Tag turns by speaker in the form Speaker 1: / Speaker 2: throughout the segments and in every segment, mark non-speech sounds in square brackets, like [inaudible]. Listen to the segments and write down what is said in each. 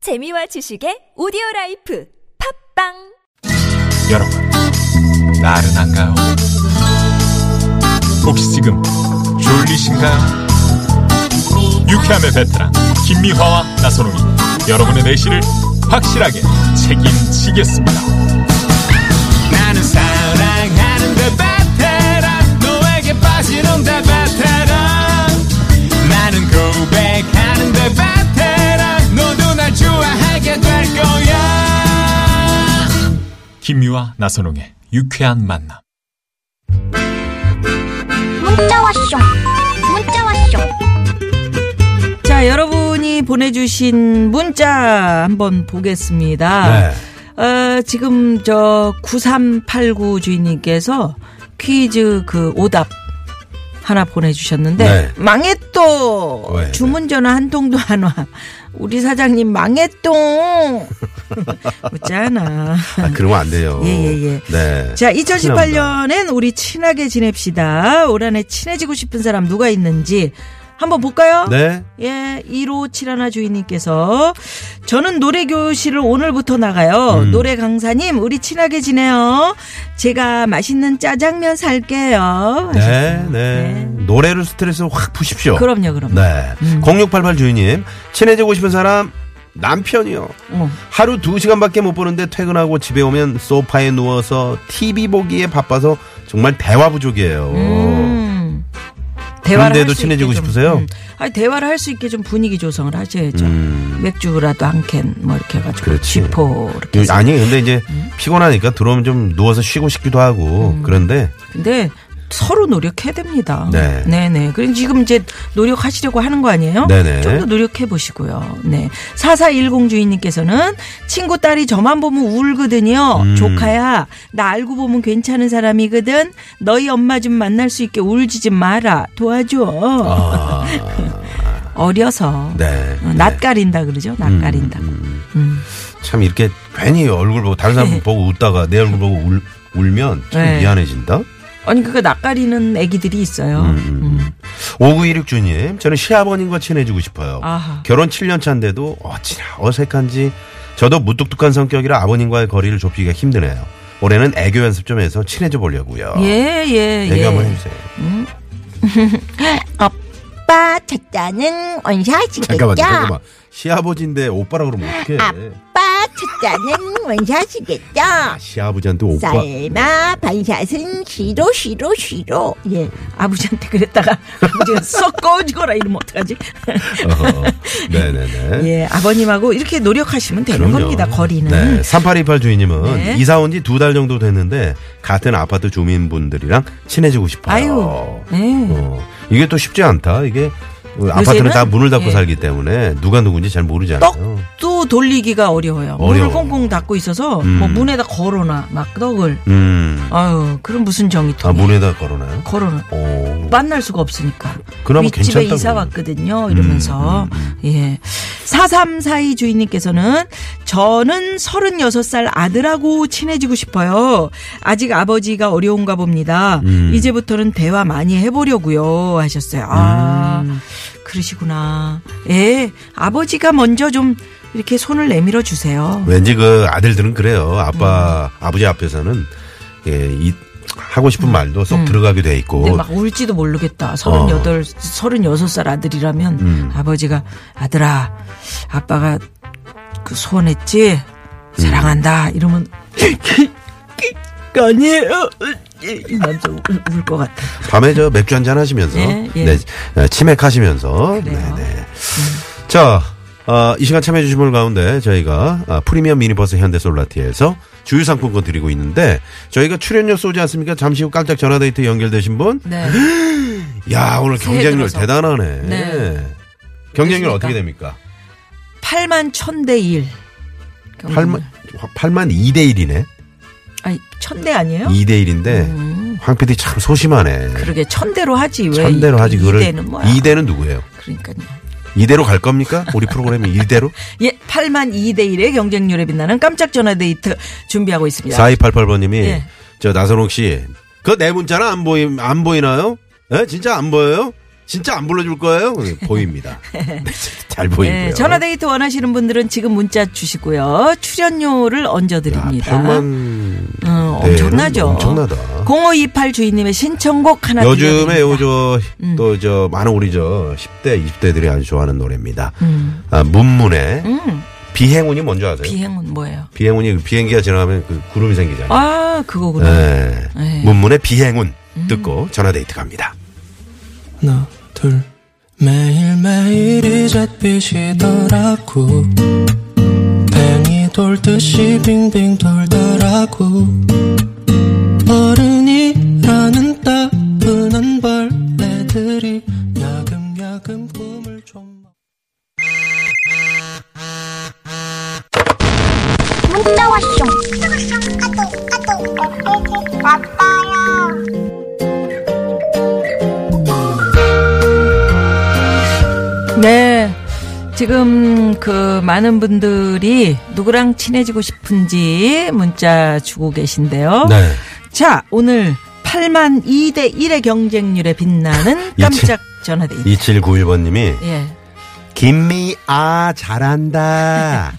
Speaker 1: 재미와 지식의 오디오 라이프 팝빵
Speaker 2: 여러분, 나른한가요? 혹시 지금 졸리신가요? 유쾌함의 베테랑 김미화와 나선홍이 여러분의 내실을 확실하게 책임지겠습니다.
Speaker 3: 나는 사랑하는데 베테랑 너에게 빠지는데 베테랑 나는 고백하는데 베테랑 너도 날 좋아하게 될 거야
Speaker 2: 김미화 나선홍의 유쾌한 만남.
Speaker 4: 문자 왔쇼 문자 왔쇼
Speaker 5: 자, 여러분이 보내주신 문자 한번 보겠습니다.
Speaker 6: 네.
Speaker 5: 어, 지금 저 9389 주인님께서 퀴즈 그 오답 하나 보내주셨는데
Speaker 6: 네.
Speaker 5: 망했또
Speaker 6: 왜,
Speaker 5: 주문 전화 한 통도 안 와. 우리 사장님 망했또 웃잖아.
Speaker 6: 아, 그러면 안 돼요.
Speaker 5: 예, 예, 예.
Speaker 6: 네.
Speaker 5: 자,
Speaker 6: 친합니다.
Speaker 5: 2018년엔 우리 친하게 지냅시다. 올 한해 친해지고 싶은 사람 누가 있는지 한번 볼까요?
Speaker 6: 네.
Speaker 5: 예, 1571 주인님께서 저는 노래 교실을 오늘부터 나가요.
Speaker 6: 음.
Speaker 5: 노래 강사님, 우리 친하게 지내요. 제가 맛있는 짜장면 살게요.
Speaker 6: 네, 네. 노래로 스트레스 확 푸십시오.
Speaker 5: 그럼요, 음. 그럼요.
Speaker 6: 네. 0688 주인님, 친해지고 싶은 사람, 남편이요.
Speaker 5: 어.
Speaker 6: 하루 두 시간밖에 못 보는데 퇴근하고 집에 오면 소파에 누워서 TV 보기에 바빠서 정말 대화 부족이에요.
Speaker 5: 음. 대화를 할수
Speaker 6: 그런데도
Speaker 5: 있게
Speaker 6: 친해지고
Speaker 5: 좀,
Speaker 6: 싶으세요?
Speaker 5: 음. 아니, 대화를 할 수 있게 좀 분위기 조성을 하셔야죠. 맥주라도 한 캔, 뭐, 이렇게 해가지고.
Speaker 6: 음. 그렇지.
Speaker 5: 쥐포, 이렇게. 해서.
Speaker 6: 아니, 근데 이제
Speaker 5: 음.
Speaker 6: 피곤하니까 들어오면 좀 누워서 쉬고 싶기도 하고, 그런데,
Speaker 5: 근데 서로 노력해야 됩니다.
Speaker 6: 네.
Speaker 5: 네네. 그럼 지금 이제 노력하시려고 하는 거 아니에요?
Speaker 6: 네네.
Speaker 5: 좀 더 노력해 보시고요. 네. 4410 주인님께서는 친구 딸이 저만 보면 울거든요.
Speaker 6: 음.
Speaker 5: 조카야, 나 알고 보면 괜찮은 사람이거든. 너희 엄마 좀 만날 수 있게 울지 좀 마라. 도와줘.
Speaker 6: 아,
Speaker 5: 어려서.
Speaker 6: 네. 음,
Speaker 5: 어, 낯가린다 그러죠? 낯가린다.
Speaker 6: 참 이렇게 괜히 얼굴 보고 다른 사람 보고 웃다가 내 얼굴 보고 울, 울면 참
Speaker 5: 네.
Speaker 6: 미안해진다.
Speaker 5: 아니, 그거 낯가리는 애기들이 있어요. 음.
Speaker 6: 5916 주님, 저는 시아버님과 친해지고 싶어요.
Speaker 5: 아하.
Speaker 6: 결혼 7년 차인데도 어찌나 어색한지 저도 무뚝뚝한 성격이라 아버님과의 거리를 좁히기가 힘드네요. 올해는 애교 연습 좀 해서 친해져 보려고요.
Speaker 5: 예, 예,
Speaker 6: 음. 애교
Speaker 5: 예.
Speaker 6: 한번 해주세요.
Speaker 4: [laughs] 오빠 첫자는 원샷이겠죠
Speaker 6: 잠깐만, 잠깐만. 시아버지인데 오빠라 그러면 어떡해.
Speaker 4: 아빠 첫자는 원샷이겠죠
Speaker 6: 시아버지한테 오빠.
Speaker 4: 삶아 반샷은 시로 시로 시로
Speaker 5: 예, 아버지한테 그랬다가 아버지가 [laughs] 썩 꺼지거라 이러면 어떡하지?
Speaker 6: 어허. 네네네.
Speaker 5: [laughs] 예, 아버님하고 이렇게 노력하시면 되는
Speaker 6: 그럼요.
Speaker 5: 겁니다. 거리는.
Speaker 6: 네. 3828 주인님은
Speaker 5: 네.
Speaker 6: 이사 온 지 두 달 정도 됐는데 같은 아파트 주민분들이랑 친해지고 싶어요.
Speaker 5: 아유, 네.
Speaker 6: 어, 이게 또 쉽지 않다. 이게 어, 아파트는 다 문을 닫고
Speaker 5: 예.
Speaker 6: 살기 때문에 누가 누군지 잘 모르잖아요.
Speaker 5: 떡도 돌리기가 어려워요.
Speaker 6: 어려워.
Speaker 5: 문을 꽁꽁 닫고 있어서 뭐 문에다 걸어놔 막 떡을.
Speaker 6: 음.
Speaker 5: 아유, 그럼 무슨 정이통?
Speaker 6: 아, 문에다 걸어놔요?
Speaker 5: 걸어놔.
Speaker 6: 오.
Speaker 5: 만날 수가 없으니까.
Speaker 6: 그나마
Speaker 5: 윗집에
Speaker 6: 괜찮다고. 음,
Speaker 5: 이사 왔거든요. 이러면서. 예. 4342 주인님께서는 저는 36살 아들하고 친해지고 싶어요. 아직 아버지가 어려운가 봅니다.
Speaker 6: 음.
Speaker 5: 이제부터는 대화 많이 해보려고요. 하셨어요. 아,
Speaker 6: 음.
Speaker 5: 그러시구나. 예. 아버지가 먼저 좀 이렇게 손을 내밀어 주세요.
Speaker 6: 왠지 그 아들들은 그래요. 아빠,
Speaker 5: 음.
Speaker 6: 아버지 앞에서는 예, 이, 하고 싶은 말도 쏙 들어가게 돼 있고.
Speaker 5: 근데 음. 네, 막 울지도 모르겠다. 38, 36살 아들이라면
Speaker 6: 음.
Speaker 5: 아버지가 아들아, 아빠가 그 소원했지? 사랑한다. 이러면 그 아니에요. 이 남자 울 것 같아.
Speaker 6: 밤에 저 맥주 한잔 하시면서
Speaker 5: 예, 예.
Speaker 6: 네, 네, 치맥하시면서 네,
Speaker 5: 그래요. 음.
Speaker 6: 자, 어, 이 시간 참여해주신 분 가운데 저희가 아, 프리미엄 미니버스 현대솔라티에서 주유상품권 드리고 있는데 저희가 출연료 쏘지 않습니까? 잠시 후 깜짝 전화데이트 연결되신 분?
Speaker 5: 네.
Speaker 6: 야, 오늘
Speaker 5: 새해
Speaker 6: 경쟁률
Speaker 5: 들어서.
Speaker 6: 대단하네.
Speaker 5: 네.
Speaker 6: 경쟁률
Speaker 5: 됐습니까?
Speaker 6: 어떻게 됩니까?
Speaker 5: 8만 1000대 1.
Speaker 6: 8만, 8만 2대1이네.
Speaker 5: 아니, 1000대 아니에요?
Speaker 6: 2대1인데 황 PD 참 소심하네.
Speaker 5: 음. 그러게 1000대로 하지. 왜?
Speaker 6: 천대로 하지, 그를.
Speaker 5: 2대는 뭐야?
Speaker 6: 2대는 누구예요?
Speaker 5: 그러니까요.
Speaker 6: 이대로갈 겁니까? 우리 프로그램이 이대로
Speaker 5: 예, 8만 2대 1의 경쟁률에 빛나는 깜짝 전화 데이트 준비하고 있습니다.
Speaker 6: 4288번님이
Speaker 5: 예.
Speaker 6: 저 나선홍 씨 그 내 문자는 안 보이 안 보이나요? 예? 진짜 안 보여요? 진짜 안 불러줄 거예요?
Speaker 5: [laughs]
Speaker 6: 보입니다. 네, [laughs] 잘 보이고요.
Speaker 5: 네, 전화데이트 원하시는 분들은 지금 문자 주시고요. 출연료를 얹어드립니다.
Speaker 6: 야, 8만
Speaker 5: 음, 엄청나죠.
Speaker 6: 엄청나다.
Speaker 5: 0528 주인님의 신청곡 하나
Speaker 6: 요즘에
Speaker 5: 들려드립니다. 음.
Speaker 6: 요저또 저 많은 우리 저 10대 20대들이 아주 좋아하는 노래입니다. 아, 문문의 비행운이 뭔지 아세요?
Speaker 5: 음. 비행은 뭐예요?
Speaker 6: 비행운이 비행기가 지나가면 그 구름이 생기잖아요.
Speaker 5: 아 그거구나.
Speaker 6: 예.
Speaker 5: 네. 음.
Speaker 6: 문문의 비행운 듣고 전화데이트 갑니다.
Speaker 7: 하나 둘 매일매일이 잿빛이더라고 팽이 돌듯이 빙빙 돌더라고 어른이라는 따분한 벌레들이 야금야금 꿈을 좀
Speaker 8: 문자 왔쇼. 카톡 카톡 왔어요.
Speaker 5: 네. 지금 그 많은 분들이 누구랑 친해지고 싶은지 문자 주고 계신데요.
Speaker 6: 네.
Speaker 5: 자, 오늘 8만 2대 1의 경쟁률에 빛나는 깜짝 전화데이트.
Speaker 6: 2791번님이
Speaker 5: 예.
Speaker 6: 김미아 잘한다.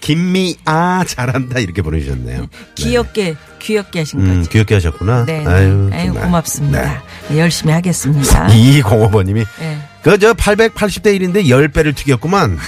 Speaker 6: 김미아 잘한다 이렇게 보내주셨네요.
Speaker 5: 귀엽게 귀엽게 하신
Speaker 6: 네. 음,
Speaker 5: 거죠.
Speaker 6: 귀엽게 하셨구나.
Speaker 5: 네.
Speaker 6: 아유,
Speaker 5: 아유,
Speaker 6: 정말. 네.
Speaker 5: 고맙습니다. 아. 네, 열심히 하겠습니다.
Speaker 6: 2205번님이
Speaker 5: 예.
Speaker 6: 그저 880대 1인데 10배를 튀겼구만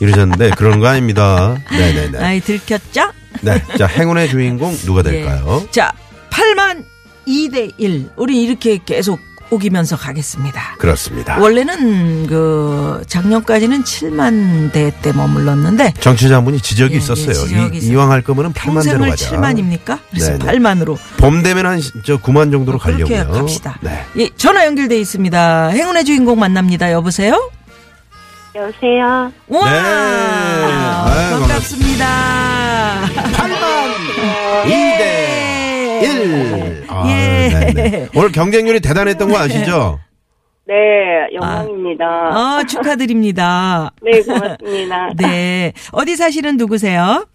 Speaker 6: 이러셨는데 그런 거 아닙니다. 네네네.
Speaker 5: 아이 들켰죠?
Speaker 6: 네, 자 행운의 주인공 누가 될까요?
Speaker 5: 예. 자, 8만 2대 1. 우리 이렇게 계속 우기면서 가겠습니다.
Speaker 6: 그렇습니다.
Speaker 5: 원래는 그 작년까지는 7만 대 때 머물렀는데
Speaker 6: 정치자분이 지적이
Speaker 5: 예,
Speaker 6: 있었어요.
Speaker 5: 예, 지적이
Speaker 6: 이,
Speaker 5: 있어요.
Speaker 6: 이왕 할 거면은 8만 대로
Speaker 5: 평생을
Speaker 6: 가자.
Speaker 5: 7만입니까? 그래서
Speaker 6: 네, 네.
Speaker 5: 8만으로
Speaker 6: 봄 되면 한저 9만 정도로
Speaker 5: 어, 그렇게
Speaker 6: 가려고요.
Speaker 5: 갑시다.
Speaker 6: 네.
Speaker 5: 예, 전화 연결돼 있습니다. 행운의 주인공 만납니다. 여보세요?
Speaker 9: 여보세요.
Speaker 5: 와
Speaker 6: 네. 아유,
Speaker 5: 반갑습니다.
Speaker 6: 8만
Speaker 5: 예.
Speaker 6: 2대 1. 아,
Speaker 5: 예.
Speaker 6: 네네. 오늘 경쟁률이 대단했던 거 아시죠?
Speaker 9: 네, 영광입니다.
Speaker 5: 아, 축하드립니다.
Speaker 9: 네, 고맙습니다. 네.
Speaker 5: 네. 어디 사시는 누구세요?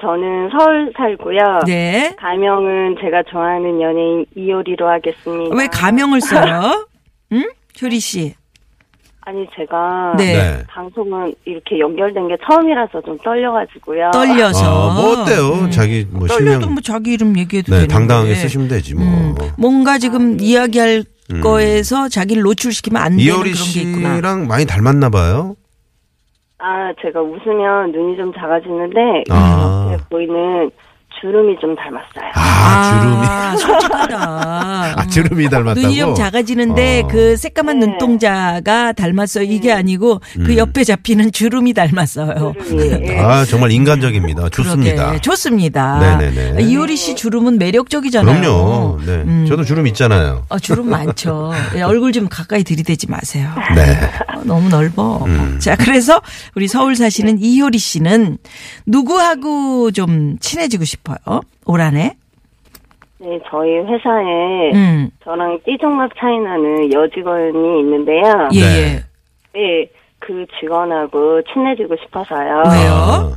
Speaker 9: 저는 서울 살고요.
Speaker 5: 네.
Speaker 9: 가명은 제가 좋아하는 연예인 이효리로 하겠습니다.
Speaker 5: 왜 가명을 써요? 응? 효리 씨.
Speaker 9: 아니, 제가
Speaker 5: 네.
Speaker 6: 네.
Speaker 9: 방송은 이렇게 연결된 게 처음이라서 좀 떨려가지고요.
Speaker 5: 떨려서. 네.
Speaker 6: 아, 뭐 어때요? 자기 뭐
Speaker 5: 음. 떨려도
Speaker 6: 실명
Speaker 5: 뭐 자기 이름 얘기해도
Speaker 6: 네,
Speaker 5: 되는데. 예.
Speaker 6: 당당하게 쓰시면 되지 뭐. 음.
Speaker 5: 음, 뭔가 지금 이야기할 거에서 자기를 노출시키면 안 되는 그런
Speaker 6: 이효리
Speaker 5: 게 있구나.
Speaker 6: 씨랑 많이 닮았나 봐요.
Speaker 9: 아, 제가 웃으면 눈이 좀 작아지는데,
Speaker 6: 아.
Speaker 9: 이렇게 보이는 주름이 좀 닮았어요.
Speaker 6: 아,
Speaker 5: 아, 솔직하다.
Speaker 6: 주름이 아 주름이 닮았다고.
Speaker 5: 눈이 좀 작아지는데
Speaker 6: 어.
Speaker 5: 그 새까만
Speaker 9: 네.
Speaker 5: 눈동자가 닮았어요. 이게 아니고
Speaker 6: 음.
Speaker 5: 그 옆에 잡히는 주름이 닮았어요.
Speaker 9: 주름이. 예.
Speaker 6: 아 정말 인간적입니다. 좋습니다.
Speaker 5: [laughs] 그러게. 좋습니다.
Speaker 6: 네네네.
Speaker 5: 이효리 씨 주름은 매력적이잖아요. 음.
Speaker 6: 그럼요. 네. 저도 주름 있잖아요.
Speaker 5: 어, 주름
Speaker 6: [laughs]
Speaker 5: 많죠. 예, 얼굴 좀 가까이 들이대지 마세요.
Speaker 6: 네.
Speaker 5: 어, 너무 넓어.
Speaker 6: 음.
Speaker 5: 자, 그래서 우리 서울 사시는 이효리 씨는 누구하고 좀 친해지고 싶어요? 올 한해?
Speaker 9: 네, 저희 회사에
Speaker 5: 음.
Speaker 9: 저랑 띠종갑 차이 나는 여직원이 있는데요.
Speaker 5: 예,
Speaker 6: 네.
Speaker 5: 예.
Speaker 9: 네, 그 직원하고 친해지고 싶어서요.
Speaker 5: 왜요?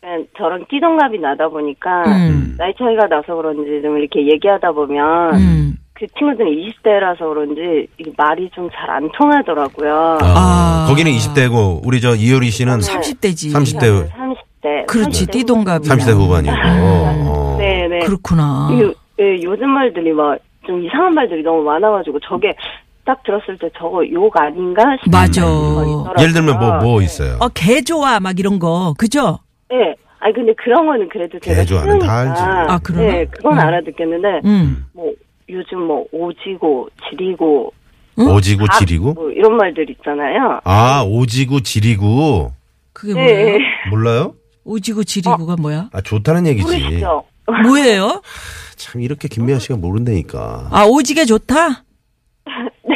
Speaker 9: 그냥 저랑 띠동갑이 나다 보니까
Speaker 5: 음.
Speaker 9: 나이 차이가 나서 그런지 좀 이렇게 얘기하다 보면
Speaker 5: 음.
Speaker 9: 그 친구들은 20대라서 그런지 이 말이 좀 잘 안 통하더라고요.
Speaker 6: 아,
Speaker 5: 아.
Speaker 6: 거기는 20대고 우리 저 이효리 씨는
Speaker 9: 네.
Speaker 5: 30대지.
Speaker 6: 30대
Speaker 9: 30대.
Speaker 5: 네. 그렇지, 띠동갑이.
Speaker 6: 30대 후반이고. 어.
Speaker 9: 네, 네.
Speaker 5: 그렇구나.
Speaker 9: 이- 예, 요즘 말들이 막 좀 이상한 말들이 너무 많아가지고 저게 딱 들었을 때 저거 욕 아닌가 싶은
Speaker 5: 맞아.
Speaker 9: 거 있더라고요.
Speaker 6: 예를 들면 뭐 뭐 있어요?
Speaker 5: 어, 개 좋아, 막 이런 거. 그죠?
Speaker 9: 네. 아니 근데 그런 거는 그래도 제가
Speaker 6: 개조하면 다
Speaker 9: 싫으니까.
Speaker 6: 알지.
Speaker 5: 아, 그러나?
Speaker 9: 네, 그건
Speaker 5: 음.
Speaker 9: 알아듣겠는데
Speaker 5: 음.
Speaker 9: 뭐 요즘 뭐 오지고 지리고
Speaker 6: 오지구
Speaker 9: 밥,
Speaker 6: 지리구?
Speaker 9: 뭐 이런 말들 있잖아요.
Speaker 6: 아, 오지구 지리구.
Speaker 5: 그게
Speaker 9: 네,
Speaker 6: 음,
Speaker 5: 뭐예요?
Speaker 6: 몰라요?
Speaker 5: 오지구
Speaker 9: 어.
Speaker 5: 지리구가 뭐야?
Speaker 6: 아, 좋다는 얘기지.
Speaker 9: 모르시죠?
Speaker 5: 뭐예요?
Speaker 6: 참 이렇게 김미아 씨가 모른다니까.
Speaker 5: 아, 오지게 좋다?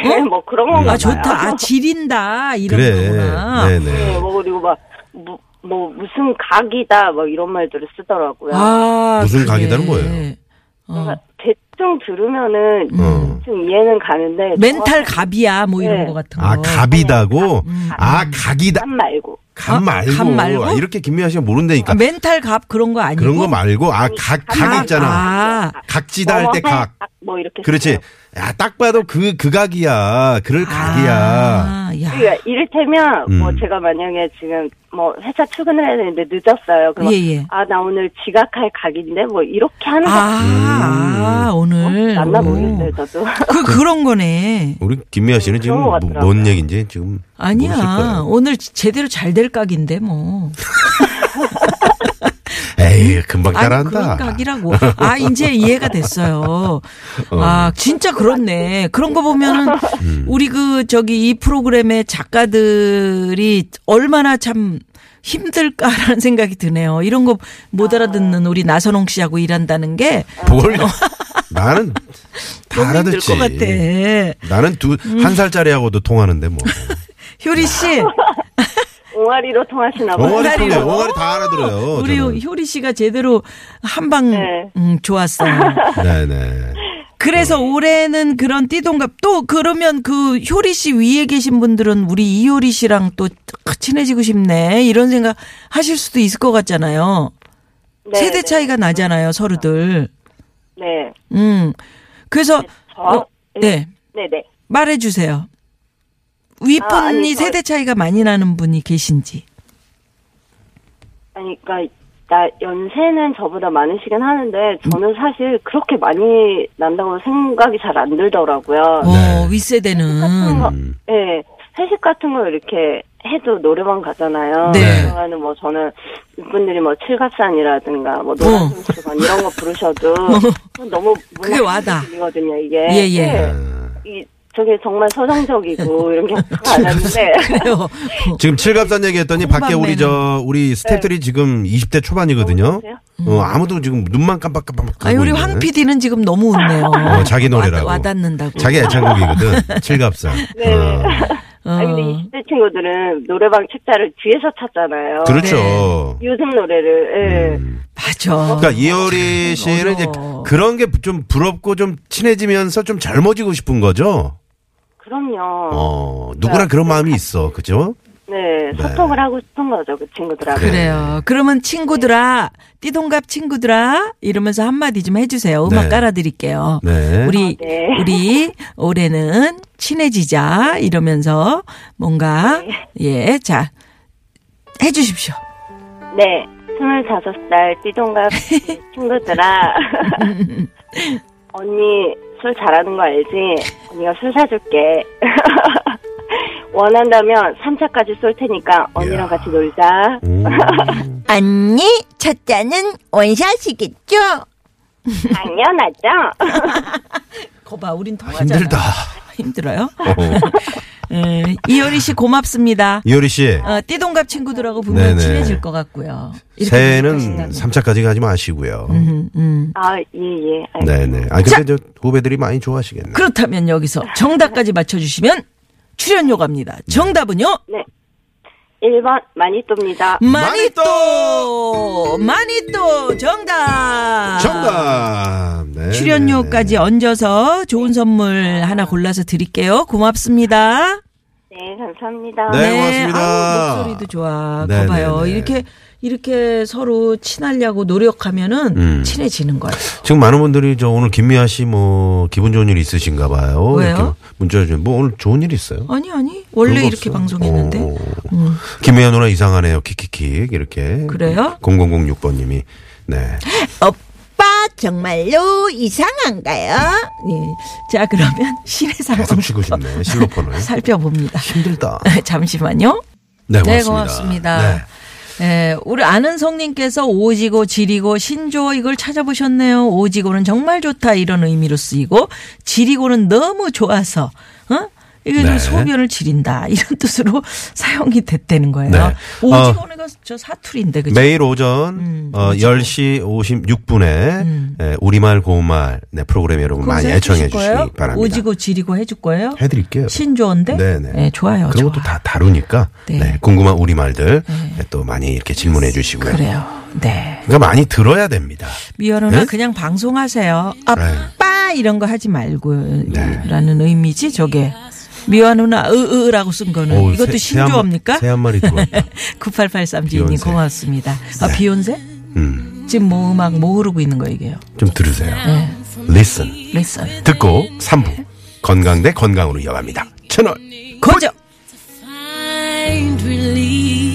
Speaker 9: 네, 뭐 그런 건가
Speaker 5: 아, 좋다. 아, 지린다. 이런
Speaker 6: 그래.
Speaker 5: 거구나.
Speaker 9: 네,
Speaker 6: 네네.
Speaker 9: 뭐 그리고 막 뭐, 뭐 무슨 각이다 뭐 이런 말들을 쓰더라고요.
Speaker 5: 아,
Speaker 6: 무슨
Speaker 5: 그래.
Speaker 6: 각이다는 거예요?
Speaker 5: 어.
Speaker 9: 그러니까 대충 들으면은
Speaker 6: 음.
Speaker 9: 좀 이해는 가는데
Speaker 5: 멘탈 갑이야, 뭐 이런
Speaker 9: 네.
Speaker 5: 거 같은 거.
Speaker 6: 아, 갑이다고? 아, 각이다.
Speaker 9: 한 말고
Speaker 5: 아,
Speaker 6: 감 말고.
Speaker 5: 감 말고?
Speaker 6: 아, 이렇게 김미아 씨가 모른다니까.
Speaker 5: 아, 멘탈 갑 그런 거 아니고?
Speaker 6: 그런 거 말고, 아, 각, 각
Speaker 5: 아,
Speaker 6: 있잖아.
Speaker 5: 아,
Speaker 6: 각지다 할 때
Speaker 9: 뭐, 할
Speaker 6: 각.
Speaker 9: 각, 뭐 이렇게
Speaker 6: 그렇지.
Speaker 9: 쓰더라고요.
Speaker 6: 야, 딱 봐도 그, 그 아, 각이야. 그럴 각이야.
Speaker 5: 아, 야.
Speaker 9: 그러니까 이를테면 뭐
Speaker 6: 음.
Speaker 9: 제가 만약에 지금 뭐 회사 출근을 해야 되는데 늦었어요. 그럼
Speaker 5: 예, 예.
Speaker 9: 아나 오늘 지각할 각인데 뭐 이렇게 하는
Speaker 5: 아,
Speaker 6: 음.
Speaker 5: 아, 오늘.
Speaker 9: 거 맞나
Speaker 5: 오.
Speaker 9: 모르겠어요 저도. [laughs]
Speaker 5: 그, 그런 거네.
Speaker 6: 우리 김미아 씨는 지금
Speaker 9: 그런 것
Speaker 6: 뭐-
Speaker 9: 같더라고요.
Speaker 6: 뭔 얘기인지 지금. 모르실
Speaker 5: 아니야.
Speaker 6: 거예요.
Speaker 5: 오늘 제대로 잘 될 각인데, 뭐.
Speaker 6: 에이, 금방
Speaker 5: 아니, 그런
Speaker 6: 따라한다.
Speaker 5: 각이라고. 아, 이제 이해가 됐어요. 아, 진짜 그렇네. 그런 거 보면은,
Speaker 6: 음.
Speaker 5: 우리 그, 저기, 이 프로그램의 작가들이 얼마나 참 힘들까라는 생각이 드네요. 이런 거 못 알아듣는 우리 나선홍 씨하고 일한다는 게 [laughs]
Speaker 6: 뭘. 나는 다
Speaker 5: 너무 힘들
Speaker 6: 알아듣지.
Speaker 5: 것 같아. 음.
Speaker 6: 나는 두, 한 살짜리하고도 통하는데
Speaker 5: [laughs]
Speaker 6: 뭐.
Speaker 5: 효리 씨,
Speaker 9: 옹알이로 통하시나 봐요.
Speaker 6: 옹알이
Speaker 5: 옹알이요?
Speaker 6: 통해. 옹알이 다 알아들어요.
Speaker 5: 우리
Speaker 6: 저는.
Speaker 5: 효리 씨가 제대로 한방
Speaker 9: 네.
Speaker 5: 음, 좋았어요.
Speaker 6: 네네.
Speaker 5: 그래서 올해는 그런 띠동갑 또 그러면 그 효리 씨 위에 계신 분들은 우리 이효리 씨랑 또 친해지고 싶네 이런 생각 하실 수도 있을 것 같잖아요.
Speaker 9: 네,
Speaker 5: 세대
Speaker 9: 네.
Speaker 5: 차이가 나잖아요 서로들.
Speaker 9: 네.
Speaker 5: 음. 그래서
Speaker 9: 저?
Speaker 5: 어, 네
Speaker 9: 네네.
Speaker 5: 말해주세요.
Speaker 9: 아,
Speaker 5: 윗분이
Speaker 9: 아니, 저-
Speaker 5: 세대 차이가 많이 나는 분이 계신지.
Speaker 9: 아니 그러니까 나 연세는 저보다 많으시긴 하는데 저는 사실 그렇게 많이 난다고 생각이 잘 안 들더라고요.
Speaker 5: 어
Speaker 6: 네.
Speaker 5: 윗세대는
Speaker 9: 어, 네, 회식 같은 거 이렇게 해도 노래방 가잖아요.
Speaker 5: 네.
Speaker 9: 그러면은 뭐 저는 이분들이 뭐 칠갑산이라든가
Speaker 5: 어.
Speaker 9: 뭐 노란순수건 이런 거
Speaker 5: [laughs]
Speaker 9: 부르셔도 너무
Speaker 5: 그게 와다.
Speaker 9: 이거든요 이게.
Speaker 5: 예, 예.
Speaker 9: 네. 이 저게 정말
Speaker 5: [laughs]
Speaker 9: 서정적이고 이런 게
Speaker 5: 어.
Speaker 9: 많았는데
Speaker 5: 그래요.
Speaker 6: 지금 칠갑산 얘기했더니 밖에 우리 저
Speaker 5: 네.
Speaker 6: 우리 스태프들이 지금 20대 초반이거든요. 어, 아무도 지금 눈만 깜빡깜빡.
Speaker 5: 음. 아니
Speaker 6: 하고
Speaker 5: 우리
Speaker 6: 있네.
Speaker 5: 황 PD는 지금 너무 웃네요.
Speaker 6: 어, 자기 노래라고.
Speaker 5: 와, 닿는다고
Speaker 6: 자기
Speaker 5: [laughs]
Speaker 6: 애창곡이거든. 칠갑산.
Speaker 9: 네.
Speaker 6: 어.
Speaker 9: 아니 근데 20대 친구들은 노래방 책자를 뒤에서 찾잖아요.
Speaker 5: 네.
Speaker 6: 그렇죠.
Speaker 9: 요즘 노래를. 예.
Speaker 6: 음.
Speaker 5: 맞아.
Speaker 6: 그러니까 이효리 씨는 이제
Speaker 5: 어려워.
Speaker 6: 그런 게 좀 부럽고 좀 친해지면서 좀 젊어지고 싶은 거죠.
Speaker 9: 그럼요.
Speaker 6: 어, 누구나 그런 마음이 있어. 그죠?
Speaker 9: 네,
Speaker 6: 네.
Speaker 9: 소통을 하고 싶은 거죠, 그 친구들하고.
Speaker 5: 그래요. 그러면 친구들아, 띠동갑 친구들아 이러면서 한마디 좀 해주세요. 음악
Speaker 6: 네.
Speaker 5: 깔아드릴게요.
Speaker 6: 네.
Speaker 5: 우리
Speaker 9: 아, 네.
Speaker 5: 우리 올해는 친해지자 이러면서 뭔가 예 자 해주십시오.
Speaker 9: 네, 25살 띠동갑 친구들아. 언니 술 잘하는 거 알지? 언니가 술 사줄게. [laughs] 원한다면 3차까지 쏠 테니까 언니랑
Speaker 6: 이야.
Speaker 9: 같이 놀자.
Speaker 6: 음.
Speaker 4: 언니, 첫 잔은 원샷이겠죠?
Speaker 6: [laughs]
Speaker 9: 당연하죠?
Speaker 5: 거봐, 우린 통하잖아.
Speaker 6: 힘들다.
Speaker 5: 힘들어요?
Speaker 6: 어.
Speaker 5: 예, 이효리 씨 고맙습니다.
Speaker 6: 이효리 씨.
Speaker 5: 어, 띠동갑 친구들하고 분명
Speaker 6: 네네.
Speaker 5: 히 친해질 것 같고요. 이렇게
Speaker 6: 새해는
Speaker 5: 생각하신다면.
Speaker 6: 3차까지 가지 마시고요.
Speaker 5: 음, 음.
Speaker 9: 아, 예, 예. 알겠습니다.
Speaker 6: 네네. 아, 근데 저 후배들이 많이 좋아하시겠네.
Speaker 5: 그렇다면 여기서 정답까지 맞춰주시면 출연료 갑니다.
Speaker 6: 네.
Speaker 5: 정답은요?
Speaker 9: 1번 많이 뜹니다.
Speaker 5: 많이 또! 많이 또! 정답!
Speaker 6: 정답! 네,
Speaker 5: 아. 출연료까지 얹어서 좋은 선물 하나 골라서 드릴게요. 고맙습니다.
Speaker 9: 네, 감사합니다.
Speaker 6: 네, 고맙습니다.
Speaker 5: 아우, 목소리도 좋아.
Speaker 6: 네,
Speaker 5: 거봐요.
Speaker 6: 네, 네.
Speaker 5: 이렇게, 이렇게 서로 친하려고 노력하면은
Speaker 6: 음.
Speaker 5: 친해지는 거예요.
Speaker 6: 지금 많은 분들이 저 오늘 김미아 씨 뭐 기분 좋은 일 있으신가 봐요.
Speaker 5: 왜요?
Speaker 6: 이렇게 문자 주면 뭐 오늘 좋은 일 있어요?
Speaker 5: 아니, 아니. 원래
Speaker 6: 별거
Speaker 5: 이렇게
Speaker 6: 없어요.
Speaker 5: 방송했는데. 음.
Speaker 6: 어, 어. 김미아 누나 이상하네요. 킥킥킥 이렇게.
Speaker 5: 그래요?
Speaker 6: 0006번님이 네.
Speaker 4: 오빠, 정말로 이상한가요?
Speaker 5: 예. 자, 그러면 [laughs] 신의
Speaker 6: 계속
Speaker 5: 상황
Speaker 6: 쉬고 싶네. 실로폰을.
Speaker 5: [laughs] 살펴봅니다.
Speaker 6: 힘들다.
Speaker 5: 잠시만요.
Speaker 6: 네, 고맙습니다.
Speaker 5: 네, 고맙습니다.
Speaker 6: 네.
Speaker 5: 예, 우리 아는 성님께서 오지고 지리고 신조 이걸 찾아보셨네요. 오지고는 정말 좋다 이런 의미로 쓰이고 지리고는 너무 좋아서 어? 이게 좀
Speaker 6: 네.
Speaker 5: 소변을 지린다 이런 뜻으로 [laughs] 사용이 됐다는 거예요.
Speaker 6: 네.
Speaker 5: 오지고는 저 사투리인데 그죠?
Speaker 6: 매일 오전
Speaker 5: 음,
Speaker 6: 어, 10시 56분에 네, 우리말 고운말 네, 프로그램 여러분
Speaker 5: 그거
Speaker 6: 많이
Speaker 5: 해주실
Speaker 6: 애청해 주시기
Speaker 5: 거예요?
Speaker 6: 바랍니다.
Speaker 5: 오지고 지리고 해줄 거예요?
Speaker 6: 해드릴게요.
Speaker 5: 신조어인데?
Speaker 6: 네네.
Speaker 5: 예, 좋아요.
Speaker 6: 그런 것도
Speaker 5: 좋아.
Speaker 6: 다 다루니까
Speaker 5: 네.
Speaker 6: 네, 궁금한 우리말들 네, 또 많이 이렇게 질문해 주시고요.
Speaker 5: 그래요. 네.
Speaker 6: 그러니까 많이 들어야 됩니다.
Speaker 5: 미연 누나
Speaker 6: 네?
Speaker 5: 그냥 방송하세요. 아빠 이런 거 하지
Speaker 6: 네.
Speaker 5: 말고라는 의미지 저게. 미연 누나 으으라고 쓴 거는
Speaker 6: 어우,
Speaker 5: 이것도
Speaker 6: 새- 새한 마-
Speaker 5: 신조어입니까?
Speaker 6: 새한 마리
Speaker 5: [laughs]
Speaker 6: 들어왔다.
Speaker 5: 9883 지인님
Speaker 6: 비욘세.
Speaker 5: 고맙습니다. 아 비욘세?
Speaker 6: 음,
Speaker 5: 지금 뭐 음악 뭐 흐르고 있는 거예요 이게요?
Speaker 6: 좀 들으세요. listen.
Speaker 5: 레슨.
Speaker 6: 듣고 3부 건강 대 건강으로 이어갑니다. 채널
Speaker 5: 고정!
Speaker 7: find relief. Oh, Oh,